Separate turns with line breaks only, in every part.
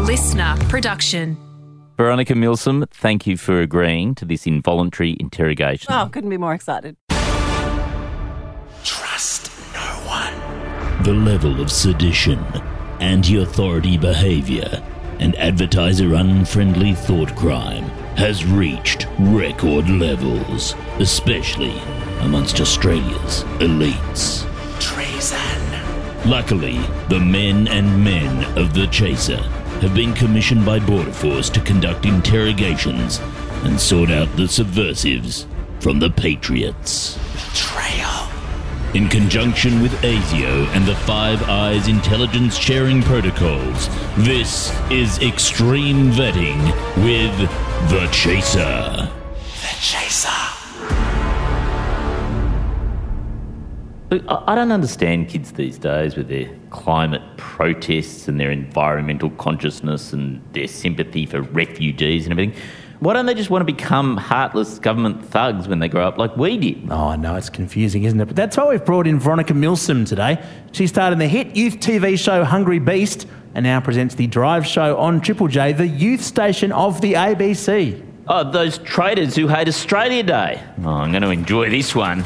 listener production.
Veronica Milsom, thank you for agreeing to this involuntary interrogation.
Oh, couldn't be more excited.
Trust no one.
The level of sedition, anti authority behavior, and advertiser unfriendly thought crime has reached record levels, especially amongst Australia's elites.
Treason.
Luckily, the men and men of the Chaser have been commissioned by Border Force to conduct interrogations and sort out the subversives from the Patriots.
Betrayal.
In conjunction with ASIO and the Five Eyes intelligence sharing protocols, this is Extreme Vetting with The Chaser.
The Chaser.
Look, I I don't understand kids these days with their climate protests and their environmental consciousness and their sympathy for refugees and everything. Why don't they just want to become heartless government thugs when they grow up like we did?
Oh, no, it's confusing, isn't it? But that's why we've brought in Veronica Milsom today. She starred in the hit youth TV show Hungry Beast and now presents the drive show on Triple J, the youth station of the ABC.
Oh, those traitors who hate Australia Day. Oh, I'm going to enjoy this one.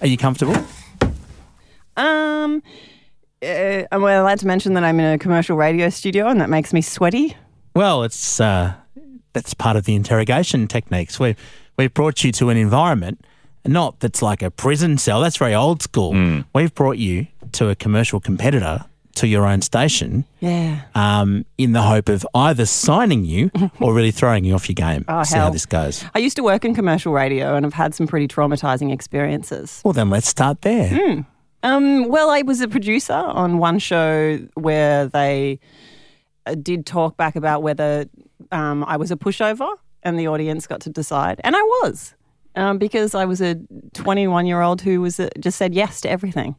Are you comfortable?
Um, uh, am I allowed to mention that I'm in a commercial radio studio and that makes me sweaty?
Well, it's uh, that's part of the interrogation techniques. We've we've brought you to an environment, not that's like a prison cell. That's very old school. We've brought you to a commercial competitor to your own station,
Yeah.
um, in the hope of either signing you or really throwing you off your game.
Oh,
See how
hell.
this goes.
I used to work in commercial radio and I've had some pretty traumatizing experiences.
Well, then let's start there.
Hmm. Um, well, I was a producer on one show where they uh, did talk back about whether um, I was a pushover, and the audience got to decide, and I was um, because I was a 21 year old who was uh, just said yes to everything.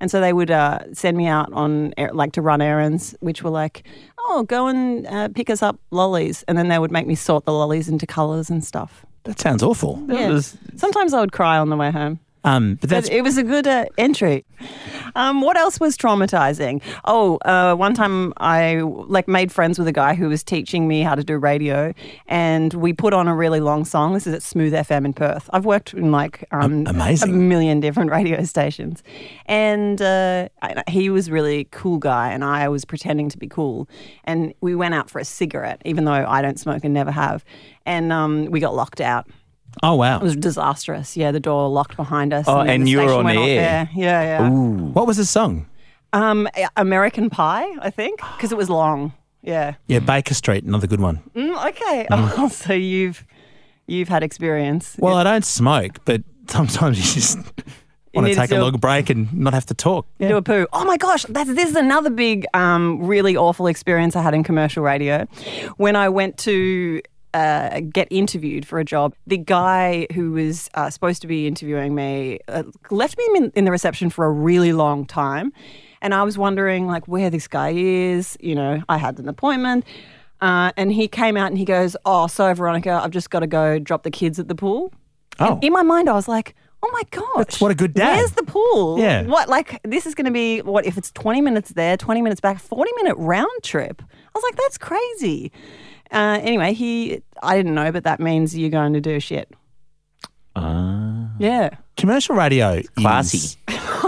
And so they would uh, send me out on er- like to run errands, which were like, "Oh, go and uh, pick us up lollies," and then they would make me sort the lollies into colours and stuff.
That sounds awful.
Yeah. Sometimes I would cry on the way home.
Um, but that's
But it was a good uh, entry. Um, what else was traumatizing? Oh, uh, one time I like made friends with a guy who was teaching me how to do radio, and we put on a really long song. This is at Smooth FM in Perth. I've worked in like um,
amazing.
a million different radio stations, and uh, I, he was really cool guy, and I was pretending to be cool, and we went out for a cigarette, even though I don't smoke and never have, and um, we got locked out.
oh wow.
It was disastrous. Yeah, the door locked behind us.
Oh,
then
and
the
you were
station
on
went off
air.
air. Yeah, yeah.
What was the song?
Um, A- American Pie, I think, because it was long. Yeah.
Yeah, Baker Street, another good one.
Mm, okay. Oh, so you've you've had experience.
Well, I don't smoke, but sometimes you just want to
need to
take a
do-
long break and not have to talk.
do a poo. Oh my gosh, that's, this is another big, um, really awful experience I had in commercial radio. When I went to uh, get interviewed for a job, the guy who was uh, supposed to be interviewing me uh, left me in, in the reception for a really long time. And I was wondering, like, where this guy is. You know, I had an appointment. Uh, and he came out and he goes, Oh, so Veronica, I've just got to go drop the kids at the pool.
Oh.
In my mind, I was like, Oh my gosh.
what a good dad.
Where's the pool?
Yeah.
What, like, this is going to be, what, if it's 20 minutes there, 20 minutes back, 40 minute round trip? I was like, that's crazy. Uh, anyway, he, I didn't know, but that means you're going to do shit.
Ah.
Yeah.
Commercial radio
classy.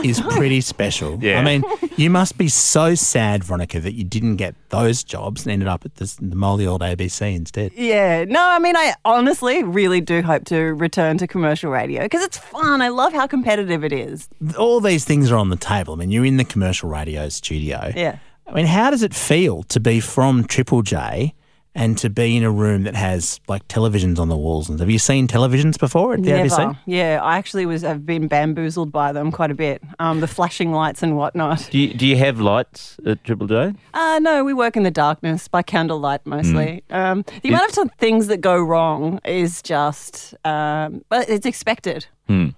is, is pretty special.
Yeah.
I mean, you must be so sad, Veronica, that you didn't get those jobs and ended up at this, the moldy old ABC instead.
Yeah. No, I mean, I honestly really do hope to return to commercial radio because it's fun. I love how competitive it is.
All these things are on the table. I mean, you're in the commercial radio studio.
Yeah.
I mean, how does it feel to be from Triple J and to be in a room that has like televisions on the walls? And have you seen televisions before at the ABC?
Yeah. I actually was, I've been bamboozled by them quite a bit. Um, the flashing lights and whatnot.
Do you, do you have lights at Triple J?
Uh, no, we work in the darkness by candlelight mostly. Um, the amount of t- things that go wrong is just, um, but it's expected.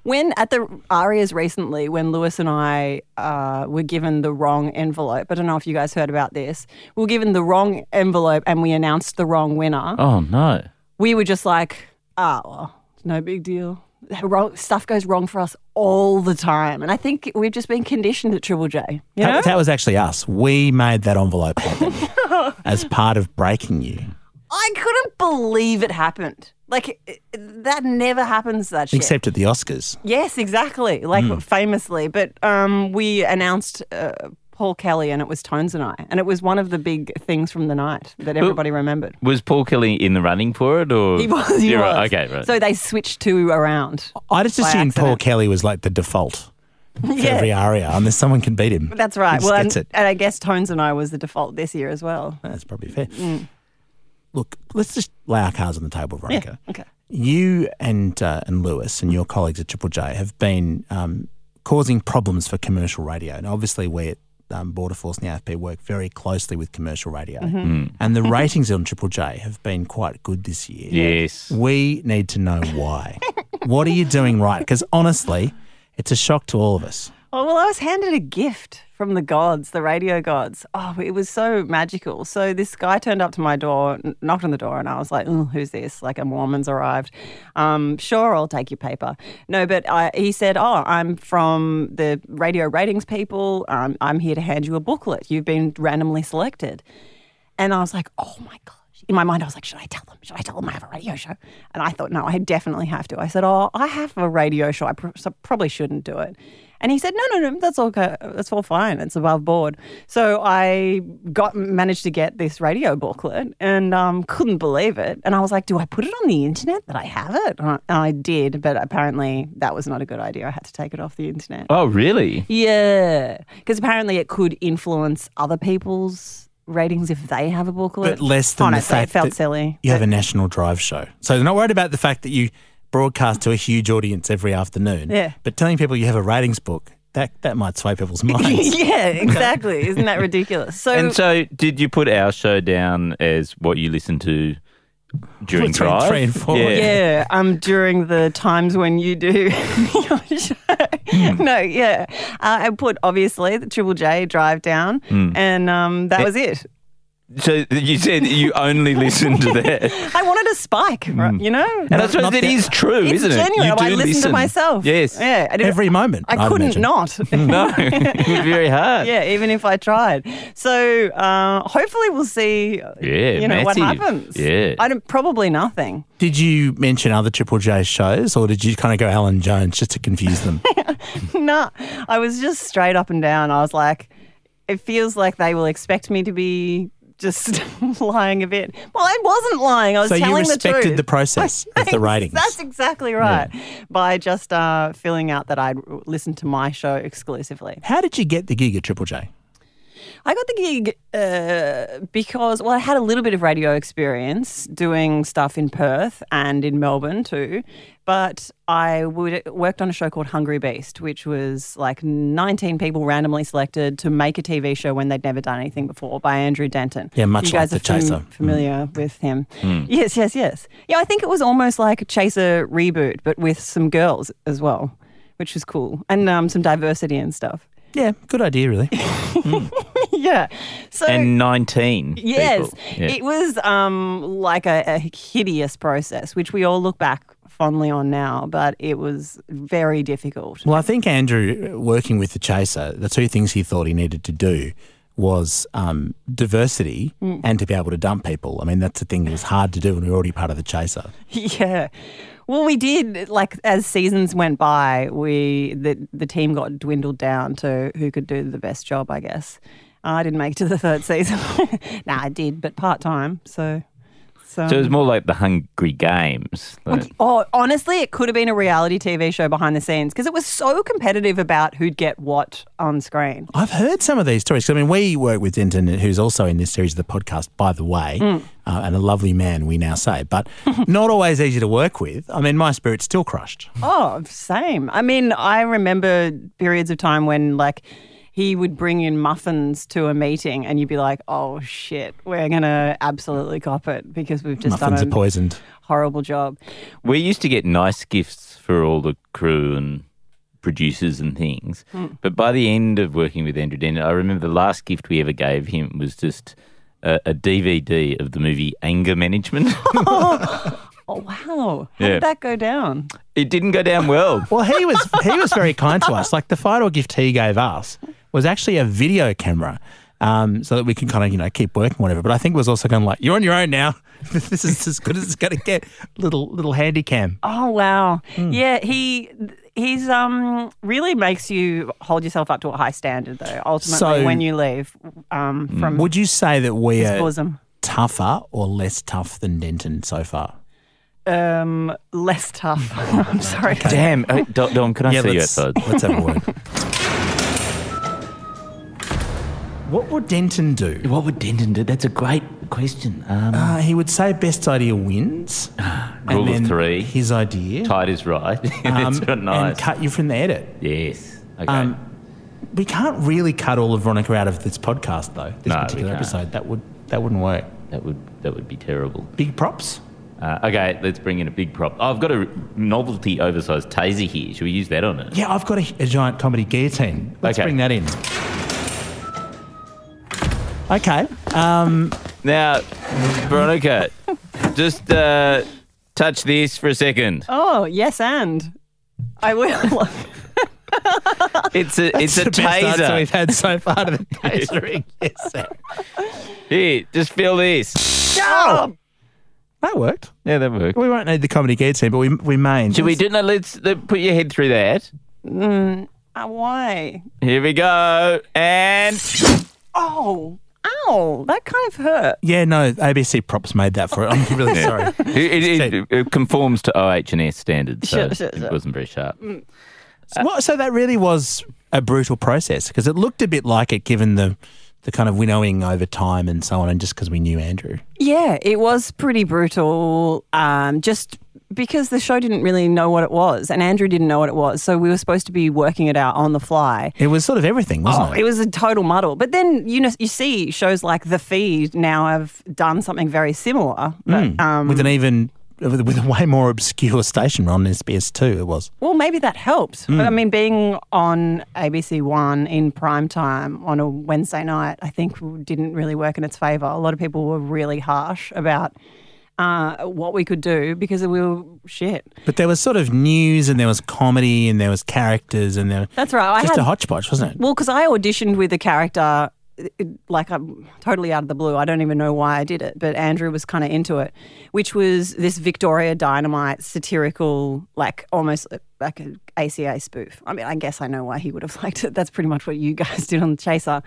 When at the Arias recently, when Lewis and I uh, were given the wrong envelope, I don't know if you guys heard about this, we were given the wrong envelope and we announced the wrong winner.
Oh, no.
We were just like, oh, well, "Ah, it's no big deal. wrong, stuff goes wrong for us all the time. And I think we've just been conditioned at Triple J. You know?
That, that was actually us. We made that envelope happen as part of breaking you.
I couldn't believe it happened. Like, it- that never happens, that shit.
Except at the Oscars.
Yes, exactly. Like famously, but um, we announced uh, Paul Kelly, and it was Tones and I, and it was one of the big things from the night that everybody remembered.
Was Paul Kelly in the running for it, or
He was, he
Yeah, right,
was.
Okay, right.
So they switched two around.
I just assumed Paul
accident.
Kelly was like the default for
Yeah.
every aria, unless someone can beat him.
That's right.
He just
well,
gets
and,
it.
and I guess Tones and I was the default this year as well.
That's probably fair. Look, let's just lay our cards on the table, Veronica.
Okay.
You and uh, and Lewis and your colleagues at Triple J have been um, causing problems for commercial radio, and obviously we at um, Border Force and the AFP work very closely with commercial radio, and the ratings on Triple J have been quite good this year.
yes.
We need to know why. what are you doing right? Because honestly, it's a shock to all of us.
Oh, well, I was handed a gift from the gods, the radio gods. Oh, it was so magical. So this guy turned up to my door, kn- knocked on the door, and I was like, "Oh, who's this? Like a Mormon's arrived. Um, sure, I'll take your paper. No, but I, he said, oh, I'm from the radio ratings people. Um, I'm here to hand you a booklet. You've been randomly selected. And I was like, oh my gosh. In my mind, I was like, should I tell them? Should I tell them I have a radio show? And I thought, no, I definitely have to. I said, oh, I have a radio show. I pr- so probably shouldn't do it. And he said, no, no, no, that's all, okay. that's all fine. It's above board. So I got managed to get this radio booklet and um, couldn't believe it. And I was like, do I put it on the internet that I have it? And I, and I did, but apparently that was not a good idea. I had to take it off the internet.
Oh, really?
Yeah, because apparently it could influence other people's ratings if they have a booklet.
But less than the
Honestly,
fact
Oh, it felt
that
silly.
You have a national drive show, so they're not worried about the fact that you broadcast to a huge audience every afternoon.
Yeah.
But telling people you have a ratings book that that might sway people's minds.
yeah, exactly. Isn't that ridiculous? So,
And so, did you put our show down as what you listened to during
Between
drive?
three and four.
Yeah.
yeah, um, during the times when you do your show, no, yeah, uh, I put obviously the Triple J drive down, and um, that was it.
So you said you only listened to that,
I wanted a spike, right, you know.
and I suppose
not
it
that-
is true,
it's
isn't it?
genuine.
You
I
do
listened
listen.
to myself.
Yes.
yeah, I did-
Every moment.
I
I'd
couldn't
imagine.
not.
No, it was very hard.
Yeah, even if I tried. So uh, hopefully we'll see.
Yeah,
you know what
massive.
happens.
Yeah.
I don't, probably nothing.
Did you mention other Triple J shows, or did you kind of go Alan Jones just to confuse them?
no, I was just straight up and down. I was like, it feels like they will expect me to be just lying a bit. Well, I wasn't lying. I was
so you
telling the truth.
respected the, process of the ratings.
That's exactly right. By just uh, filling out that I'd listened to my show exclusively.
How did you get the gig at Triple J?
I got the gig uh, because, well, I had a little bit of radio experience doing stuff in Perth and in Melbourne too. But I would, worked on a show called Hungry Beast, which was like 19 people randomly selected to make a TV show when they'd never done anything before by Andrew Denton.
Yeah, much
you guys
like The
are fam-
Chaser. Mm. Hmm.
familiar with him. Yes, yes, yes. Yeah, I think it was almost like a Chaser reboot, but with some girls as well, which was cool and um, some diversity and stuff.
Yeah, good idea, really.
yeah. So
And nineteen.
Yes,
people. Yeah.
it was um, like a, a hideous process, which we all look back fondly on now, but it was very difficult.
Well, I think Andrew, uh, working with the Chaser, the two things he thought he needed to do was um, diversity and to be able to dump people. I mean, that's a thing that was hard to do when we were already part of the Chaser.
yeah. Well, we did. Like as seasons went by, we the the team got dwindled down to who could do the best job, I guess. I didn't make it to the third season. nah, I did, but part time. So, so.
So it was more like the Hungry Games. like-
Oh, honestly, it could have been a reality TV show behind the scenes because it was so competitive about who'd get what on screen.
I've heard some of these stories. 'Cause, I mean, we work with Denton, who's also in this series of the podcast, by the way, uh, and a lovely man, we now say, but not always easy to work with. I mean, my spirit's still crushed.
Oh, same. I mean, I remember periods of time when like he would bring in muffins to a meeting and you'd be like, "Oh shit, we're going to absolutely cop it because we've just
Muffins are
done a
poisoned.
horrible job."
We used to get nice gifts for all the crew and producers and things. But by the end of working with Andrew Denton, I remember the last gift we ever gave him was just a, a DVD of the movie Anger Management.
Oh, wow. How
Yeah.
did that go down?
It didn't go down well.
Well, he was he was very kind to us. Like the final gift he gave us was actually a video camera, um, so that we can kind of you know keep working whatever. But I think it was also kind of like you're on your own now. this is as good as it's going to get. Little little handy cam.
Oh, wow.
Hmm.
Yeah, he. He's um really makes you hold yourself up to a high standard though. Ultimately,
So- Hmm.
when you leave um, from
Would you say that we
his
are
bosom,
tougher or less tough than Denton so far?
um, less tough. I'm sorry.
Damn. Hey, Do- Dom, can I see you
let's,
outside?
let's have a word. What would Denton do?
What would Denton do? That's a great question. Um,
Uh, he would say best idea wins. and
Rule of
then
three.
His idea.
Tide is right.
um,
it's not nice.
And cut you from the edit.
yes. Okay.
Um, we can't really cut all of Veronica out of this podcast, though. This
No, we
particular
can't.
episode. That, would, that wouldn't work.
that would that would be terrible.
Big props.
Uh, okay, let's bring in a big prop. Oh, I've got a novelty oversized taser here. Should we use that on it?
Yeah, I've got a, a giant comedy guillotine. Let's
Okay.
bring that in. Okay. Um,
Now, Veronica, just uh, touch this for a second.
Oh yes, and I will.
It's a it's a
the best answer
taser.
we've had so far to the tasering. yes, sir.
Here, just feel this.
That worked.
Yeah, that worked.
We won't need the comedy guillotine, but we, we may.
Should we do no? Let's let, put your head through that.
Uh, why?
Here we go. And
Oh, ow! That kind of hurt.
Yeah, no, ABC props made that for it. I'm really sorry.
it, it, it, it conforms to OH and S standards, so
Sure, sure,
it
sure.
wasn't very sharp.
Mm. So, what, so that really was a brutal process because it looked a bit like it, given the the kind of winnowing over time and so on, and just because we knew Andrew.
Yeah, it was pretty brutal. Um, just because the show didn't really know what it was, and Andrew didn't know what it was, so we were supposed to be working it out on the fly.
It was sort of everything, wasn't
Oh,
it?
it was a total muddle. But then you know you see shows like The Feed now have done something very similar. But,
Hmm.
um,
with an even with with a way more obscure station on SBS two. It was.
Well, maybe that helped. I mean, being on ABC One in prime time on a Wednesday night, I think didn't really work in its favour. A lot of people were really harsh about uh, what we could do because we were shit.
But there was sort of news, and there was comedy, and there was characters, and there
That's right. I
just
had,
a hodgepodge, wasn't it?
Well, because I auditioned with a character, it- like I'm totally out of the blue. I don't even know why I did it, but Andrew was kind of into it, which was this Victoria Dynamite satirical, like almost uh, like a ACA spoof. I mean, I guess I know why he would have liked it. That's pretty much what you guys did on The Chaser.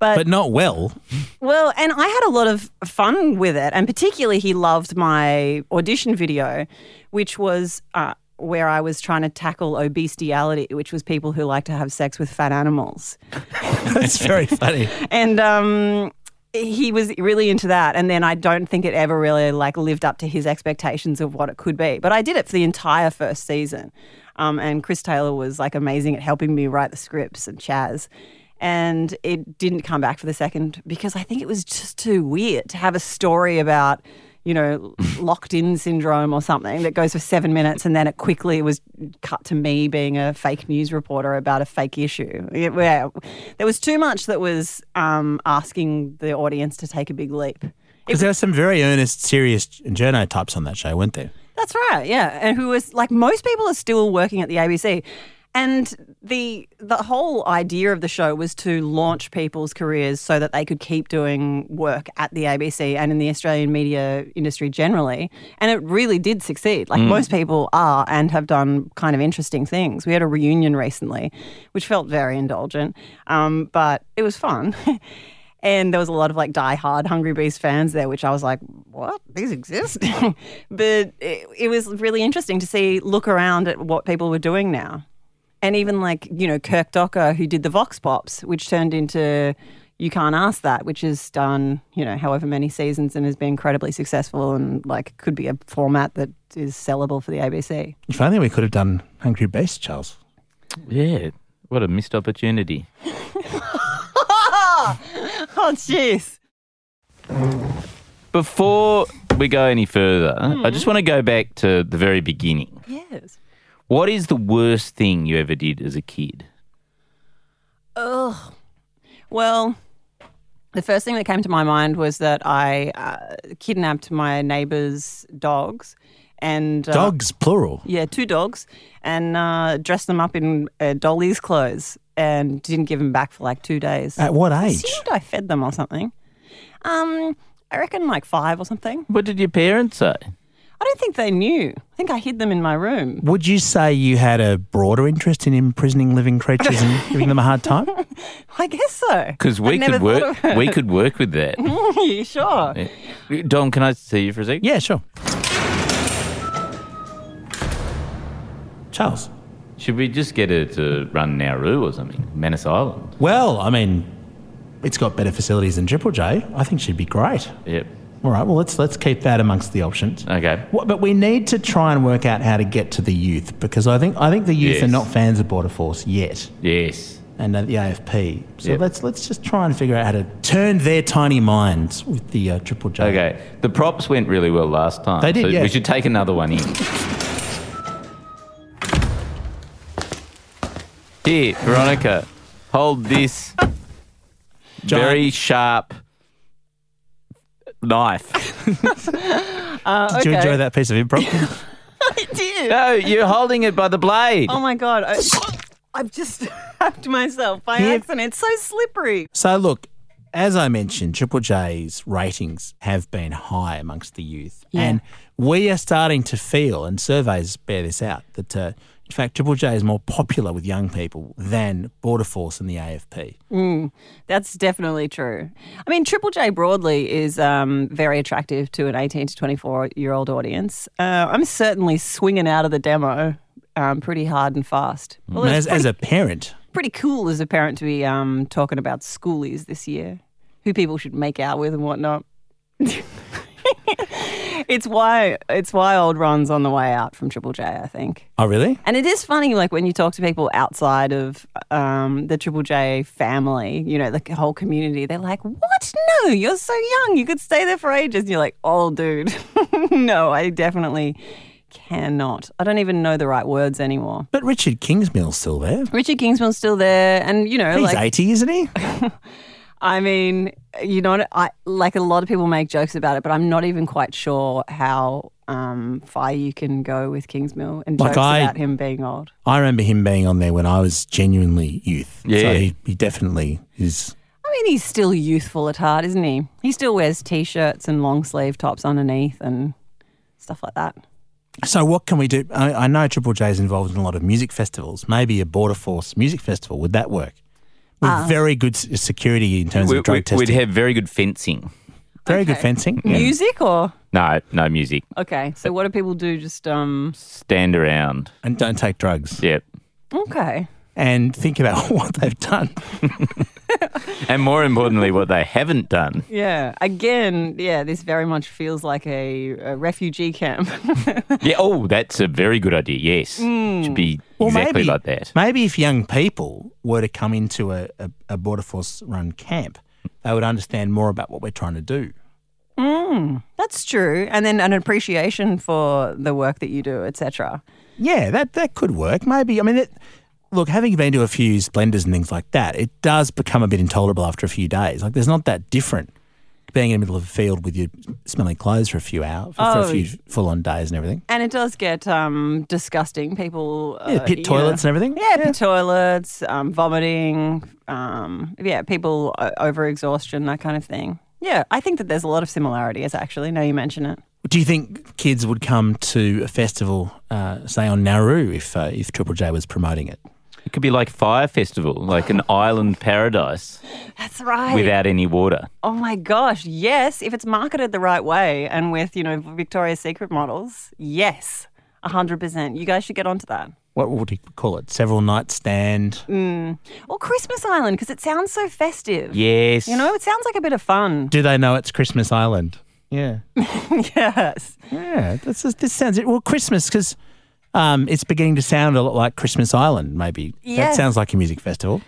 But,
But not well.
well, and I had a lot of fun with it, and particularly he loved my audition video, which was uh, where I was trying to tackle obestiality, which was people who like to have sex with fat animals
That's very funny.
and um he was really into that and then i don't think it ever really like lived up to his expectations of what it could be but i did it for the entire first season um, and chris taylor was like amazing at helping me write the scripts and chaz and it didn't come back for the second because i think it was just too weird to have a story about you know locked in syndrome or something that goes for seven minutes and then it quickly was cut to me being a fake news reporter about a fake issue It- yeah, there was too much that was um, asking the audience to take a big leap
Because there were some very earnest, serious journo types on that show, weren't there?
that's right yeah and who was like most people are still working at the abc and the the whole idea of the show was to launch people's careers so that they could keep doing work at the ABC and in the Australian media industry generally. And it really did succeed. Like most people are and have done kind of interesting things. We had a reunion recently, which felt very indulgent, um, but it was fun. And there was a lot of like die-hard Hungry Beast fans there, which I was like, what? These exist? but it, it was really interesting to see, look around at what people were doing now. And even like, you know, Kirk Docker, who did the Vox Pops, which turned into You Can't Ask That, which has done, you know, however many seasons and has been incredibly successful and like could be a format that is sellable for the ABC.
If only we could have done Hungry Beast, Charles.
Yeah, what a missed opportunity.
Oh, jeez.
Before we go any further, I just want to go back to the very beginning.
Yes.
What is the worst thing you ever did as a kid?
Ugh. Well, the first thing that came to my mind was that I uh, kidnapped my neighbor's dogs and uh,
Dogs, plural.
Yeah, two dogs, and uh, dressed them up in uh, Dolly's clothes and didn't give them back for like two days.
At what age?
Assumed I fed them or something. Um, I reckon like five or something.
What did your parents say?
I don't think they knew. I think I hid them in my room.
Would you say you had a broader interest in imprisoning living creatures and giving them a hard time?
I guess so.
Because we
I'd never
could work.
thought of
We could work with that.
it. sure.
Don, can I see you for a sec?
Yeah, sure. Charles.
Should we just get her to run Nauru or something? Manus Island.
Well, I mean, it's got better facilities than Triple J. I think she'd be great.
Yep.
All right. Well, let's let's keep that amongst the options.
Okay.
What, but we need to try and work out how to get to the youth because I think I think the youth
Yes.
are not fans of Border Force yet,
Yes.
and uh, the AFP. So
Yep.
let's let's just try and figure out how to turn their tiny minds with the uh, Triple J.
Okay. The props went really well last time.
They did,
So
yeah.
we should take another one in. Here, Veronica, hold this
Giant-
very sharp knife.
Uh,
Did you
okay.
enjoy that piece of improv?
I did.
No, you're holding it by the blade.
Oh my god. I, I've just stabbed myself by accident. It's so slippery.
So, look, as I mentioned, Triple J's ratings have been high amongst the youth. And we are starting to feel, and surveys bear this out, that uh, in fact, Triple J is more popular with young people than Border Force and the AFP.
That's definitely true. I mean, Triple J broadly is um, very attractive to an 18 to 24 year old audience. Uh, I'm certainly swinging out of the demo um, pretty hard and fast. Although
Mm. as,
it's pretty,
as a parent,
pretty cool as a parent to be um, talking about schoolies this year, who people should make out with and whatnot. it's why it's why old Ron's on the way out from Triple J, I think.
oh, really?
And it is funny, like when you talk to people outside of um, the Triple J family, you know, the whole community, they're like, what? No, you're so young. You could stay there for ages. And you're like, oh, dude, no, I definitely cannot. I don't even know the right words anymore.
But Richard Kingsmill's still there.
Richard Kingsman's still there. And, you know,
He's
like,
80, isn't he?
I mean, you know, I like a lot of people make jokes about it, but I'm not even quite sure how um, far you can go with Kingsmill and
Like
jokes
I-
about him being old.
I remember him being on there when I was genuinely youth.
Yeah.
So he, he definitely is.
I mean, he's still youthful at heart, isn't he? He still wears t-shirts and long sleeve tops underneath and stuff like that.
So, what can we do? I, I know Triple J is involved in a lot of music festivals. Maybe a Border Force music festival. Would that work? With very good s- security in terms
We,
of drug
we- we'd
testing.
have very good fencing.
very good fencing.
Music or
No, no music.
okay. So what do people do? Just um.
Stand around.
And don't take drugs.
Yep.
Okay.
And think about what they've done.
And more importantly, what they haven't done.
Yeah. Again. Yeah. This very much feels like a, a refugee camp.
Yeah. Oh, that's a very good idea. Yes, should be exactly
Hmm. maybe,
like that.
Maybe if young people were to come into a, a, a Border Force run camp, they would understand more about what we're trying to do.
That's true. And then an appreciation for the work that you do, etc.
Yeah, that that could work. Maybe I mean, it, look, having been to a few splendors and things like that, it does become a bit intolerable after a few days. Like, there's not that different being in the middle of a field with your smelly clothes for a few hours, for,
Oh.
a few full-on days and everything.
And it does get um disgusting. People.
Yeah,
uh,
pit
you know-
toilets and everything.
Yeah, pit toilets, um, vomiting, um, yeah, people o- over exhaustion, that kind of thing. Yeah, I think that there's a lot of similarities actually. Now you mention it.
Do you think kids would come to a festival, uh, say on Nauru, if uh, if Triple J was promoting it?
It could be like fire festival, like an island paradise
That's right.
without any water.
oh my gosh, yes. If it's marketed the right way and with you know Victoria's Secret models, yes, hundred percent. You guys should get onto that.
What would you call it? Several night stand.
Mm. Or Christmas Island because it sounds so festive.
Yes.
You know, it sounds like a bit of fun.
Do they know it's Christmas Island? Yeah.
yes.
Yeah, this is, this sounds well Christmas because um, it's beginning to sound a lot like Christmas Island. Maybe
Yeah.
that sounds like a music festival.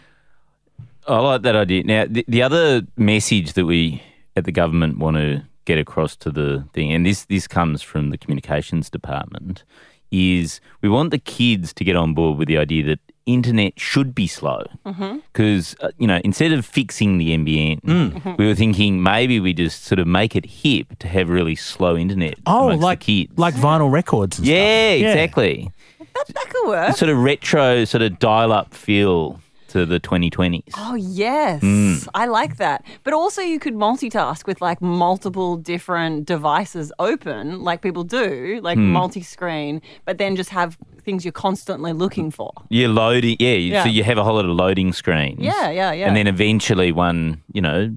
I like that idea. Now, the, the other message that we at the government want to get across to the thing, and this this comes from the communications department, is we want the kids to get on board with the idea that internet should be slow
Mm-hmm.
because uh, you know instead of fixing the NBN,
Mm.
we were thinking maybe we just sort of make it hip to have really slow internet.
Oh,
amongst the
like
kids.
like vinyl records. And
yeah,
stuff.
exactly.
That could work.
Sort of retro, sort of dial-up feel to the 2020s.
Oh, yes.
Mm.
I like that. But also, you could multitask with like multiple different devices open, like people do, like
Hmm.
multi screen, but then just have things you're constantly looking for.
You're loading, yeah, you So
Yeah.
you have a whole lot of loading screens.
Yeah, yeah, yeah.
And then eventually one, you know,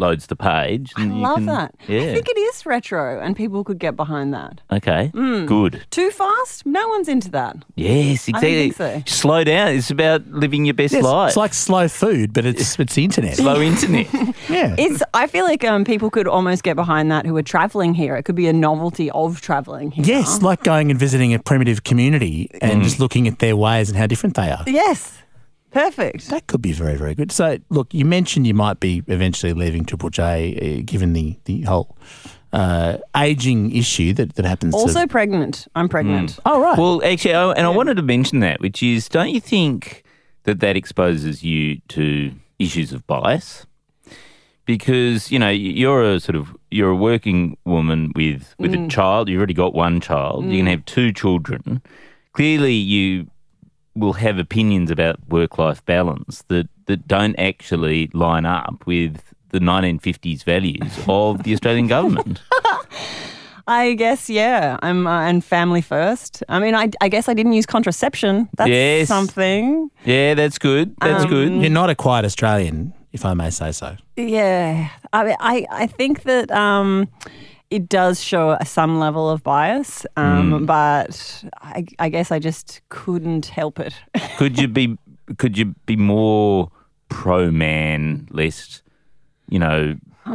loads the page.
I
And you
love
can-
that.
Yeah.
I think it is retro and people could get behind that.
okay. Good.
Too fast? No one's into that.
Yes,
Mm. I don't
exactly.
think so.
Slow down. It's about living your best
Yes,
life.
it's like slow food, but it's it's the internet.
slow internet.
Yeah.
It's. I feel like um, people could almost get behind that who are traveling here. It could be a novelty of traveling here.
Yes, like going and visiting a primitive community and just looking at their ways and how different they are.
Yes. Perfect.
That could be very, very good. So, look, you mentioned you might be eventually leaving Triple J, uh, given the the whole uh, aging issue that that happens.
Also
to,
pregnant. I'm pregnant.
Mm.
oh right,
Well, actually, I, and I wanted to mention that, which is, don't you think that that exposes you to issues of bias? Because you know y- you're a sort of you're a working woman with with a child. You've already got one child. You can have two children. Clearly, you will have opinions about work life balance that that don't actually line up with the 1950s values of the Australian government.
I guess, yeah. I'm uh, and family first. I mean, I, I guess I didn't use contraception. That's
Yes.
something.
Yeah, that's good. That's good.
you're not a quiet Australian, if I may say so.
Yeah. I mean, I, I think that um, it does show some level of bias, um, but I, I guess I just couldn't help it.
could you be could you be more pro man less you know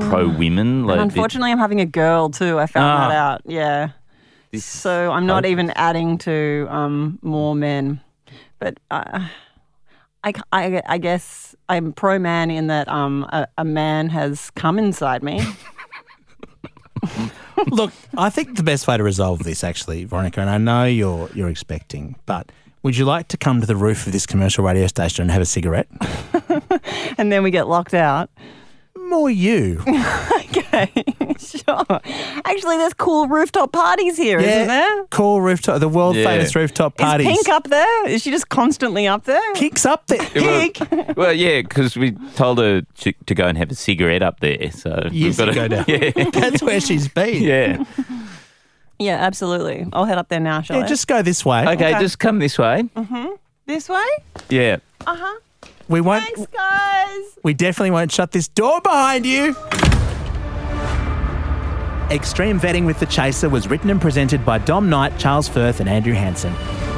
pro women like
Unfortunately, I'm having a girl too. I found
Ah.
that out. Yeah. So I'm not even adding to um, more men. But uh, I, c- I- I guess I'm pro man in that um, a, a man has come inside me.
Look, I think the best way to resolve this, actually, Veronica, and I know you're you're expecting, but would you like to come to the roof of this commercial radio station and have a cigarette?
and then we get locked out.
More you.
Okay. sure. Actually, there's cool rooftop parties here, not there?
Cool rooftop, the world
Yeah.
famous rooftop parties.
Is Pink up there? Is she just constantly up there?
Pink's up there. Pink.
It, well yeah because we told her to, to go and have a cigarette up there so
Years
we've
ago
got
now.
to yeah
That's where she's been.
yeah
Yeah, absolutely. I'll head up there now, shall
Yeah,
I?
just go this way.
okay, just come this way
this way?
yeah
We won't.
Thanks, guys.
We definitely won't shut this door behind you. Extreme Vetting with the Chaser was written and presented by Dom Knight, Charles Firth, and Andrew Hansen.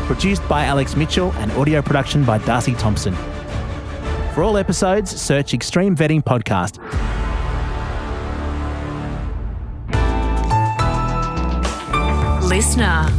Produced by Alex Mitchell and audio production by Darcy Thompson. For all episodes, search Extreme Vetting Podcast.
Listener.